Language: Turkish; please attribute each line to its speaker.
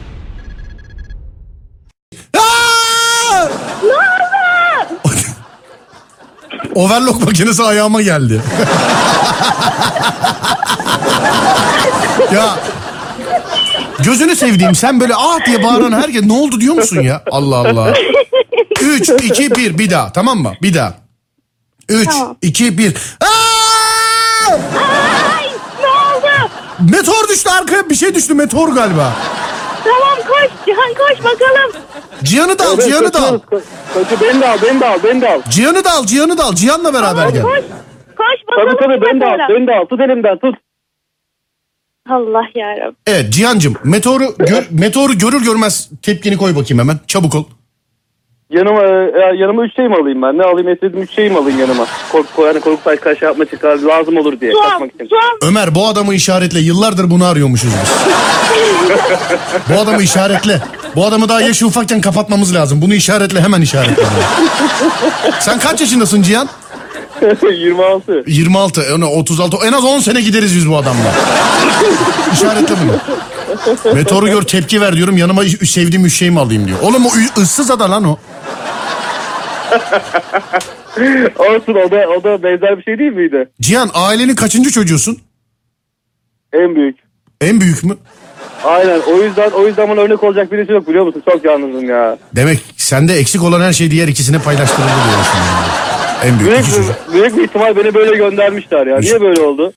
Speaker 1: Overlock makinesi ayağıma geldi. ya gözünü sevdiğim sen böyle ah diye bağıran herkes ne oldu diyor musun ya? Allah Allah. 3, 2, 1 bir daha tamam mı? Bir daha. 3,
Speaker 2: Tamam.
Speaker 1: 2, 1.
Speaker 2: Ay ne oldu?
Speaker 1: Meteor düştü arkaya bir şey düştü meteor galiba.
Speaker 2: Tamam koş Cihan koş bakalım.
Speaker 1: Cihan'ı da al
Speaker 3: Evet,
Speaker 1: Cihan'ı da al.
Speaker 3: kaçıyoruz, ka- kaçıyor. beni de al, beni de al, beni de al.
Speaker 1: Cihan'ı da al Cihan'ı da al Cihan'la beraber
Speaker 2: Tamam
Speaker 1: gel.
Speaker 2: koş. Koş
Speaker 3: Tabii
Speaker 2: bakalım.
Speaker 3: tabii beni de al,
Speaker 2: bakalım.
Speaker 3: beni de al. Tut elimden, tut.
Speaker 2: Allah yarabbim.
Speaker 1: Evet Cihan'cığım meteoru, gör, meteoru görür görmez tepkini koy bakayım hemen çabuk ol.
Speaker 3: Yanıma, e, yanıma üç şey mi alayım ben? Ne alayım istediğim üç şey mi alayım yanıma? Kork, kork, yani korkup belki karşı yapma çıkar, lazım olur diye.
Speaker 2: Su al
Speaker 3: kaçmak için.
Speaker 2: su al.
Speaker 1: Ömer bu adamı işaretle yıllardır bunu arıyormuşuz biz. bu adamı işaretle. Bu adamı daha yaşı ufakken kapatmamız lazım. Bunu işaretle hemen işaretle. Sen kaç yaşındasın Cihan?
Speaker 3: 26.
Speaker 1: 26, yani 36 en az 10 sene gideriz biz bu adamla. İşaretle bunu. Meteoru gör tepki ver diyorum yanıma ü- sevdiğim üç şeyimi alayım diyor. Oğlum o ü- ıssız ada lan o.
Speaker 3: Olsun o da, o da benzer bir şey değil miydi?
Speaker 1: Cihan ailenin kaçıncı çocuğusun?
Speaker 3: En büyük.
Speaker 1: En büyük mü?
Speaker 3: Aynen o yüzden o yüzden bana örnek olacak birisi yok biliyor musun? Çok yalnızım ya.
Speaker 1: Demek sende eksik olan her şey diğer ikisine paylaştırıldı diyorsun. yani. En büyük
Speaker 3: Büyük,
Speaker 1: iki çocuk.
Speaker 3: büyük bir ihtimal beni böyle göndermişler ya. Niye böyle oldu?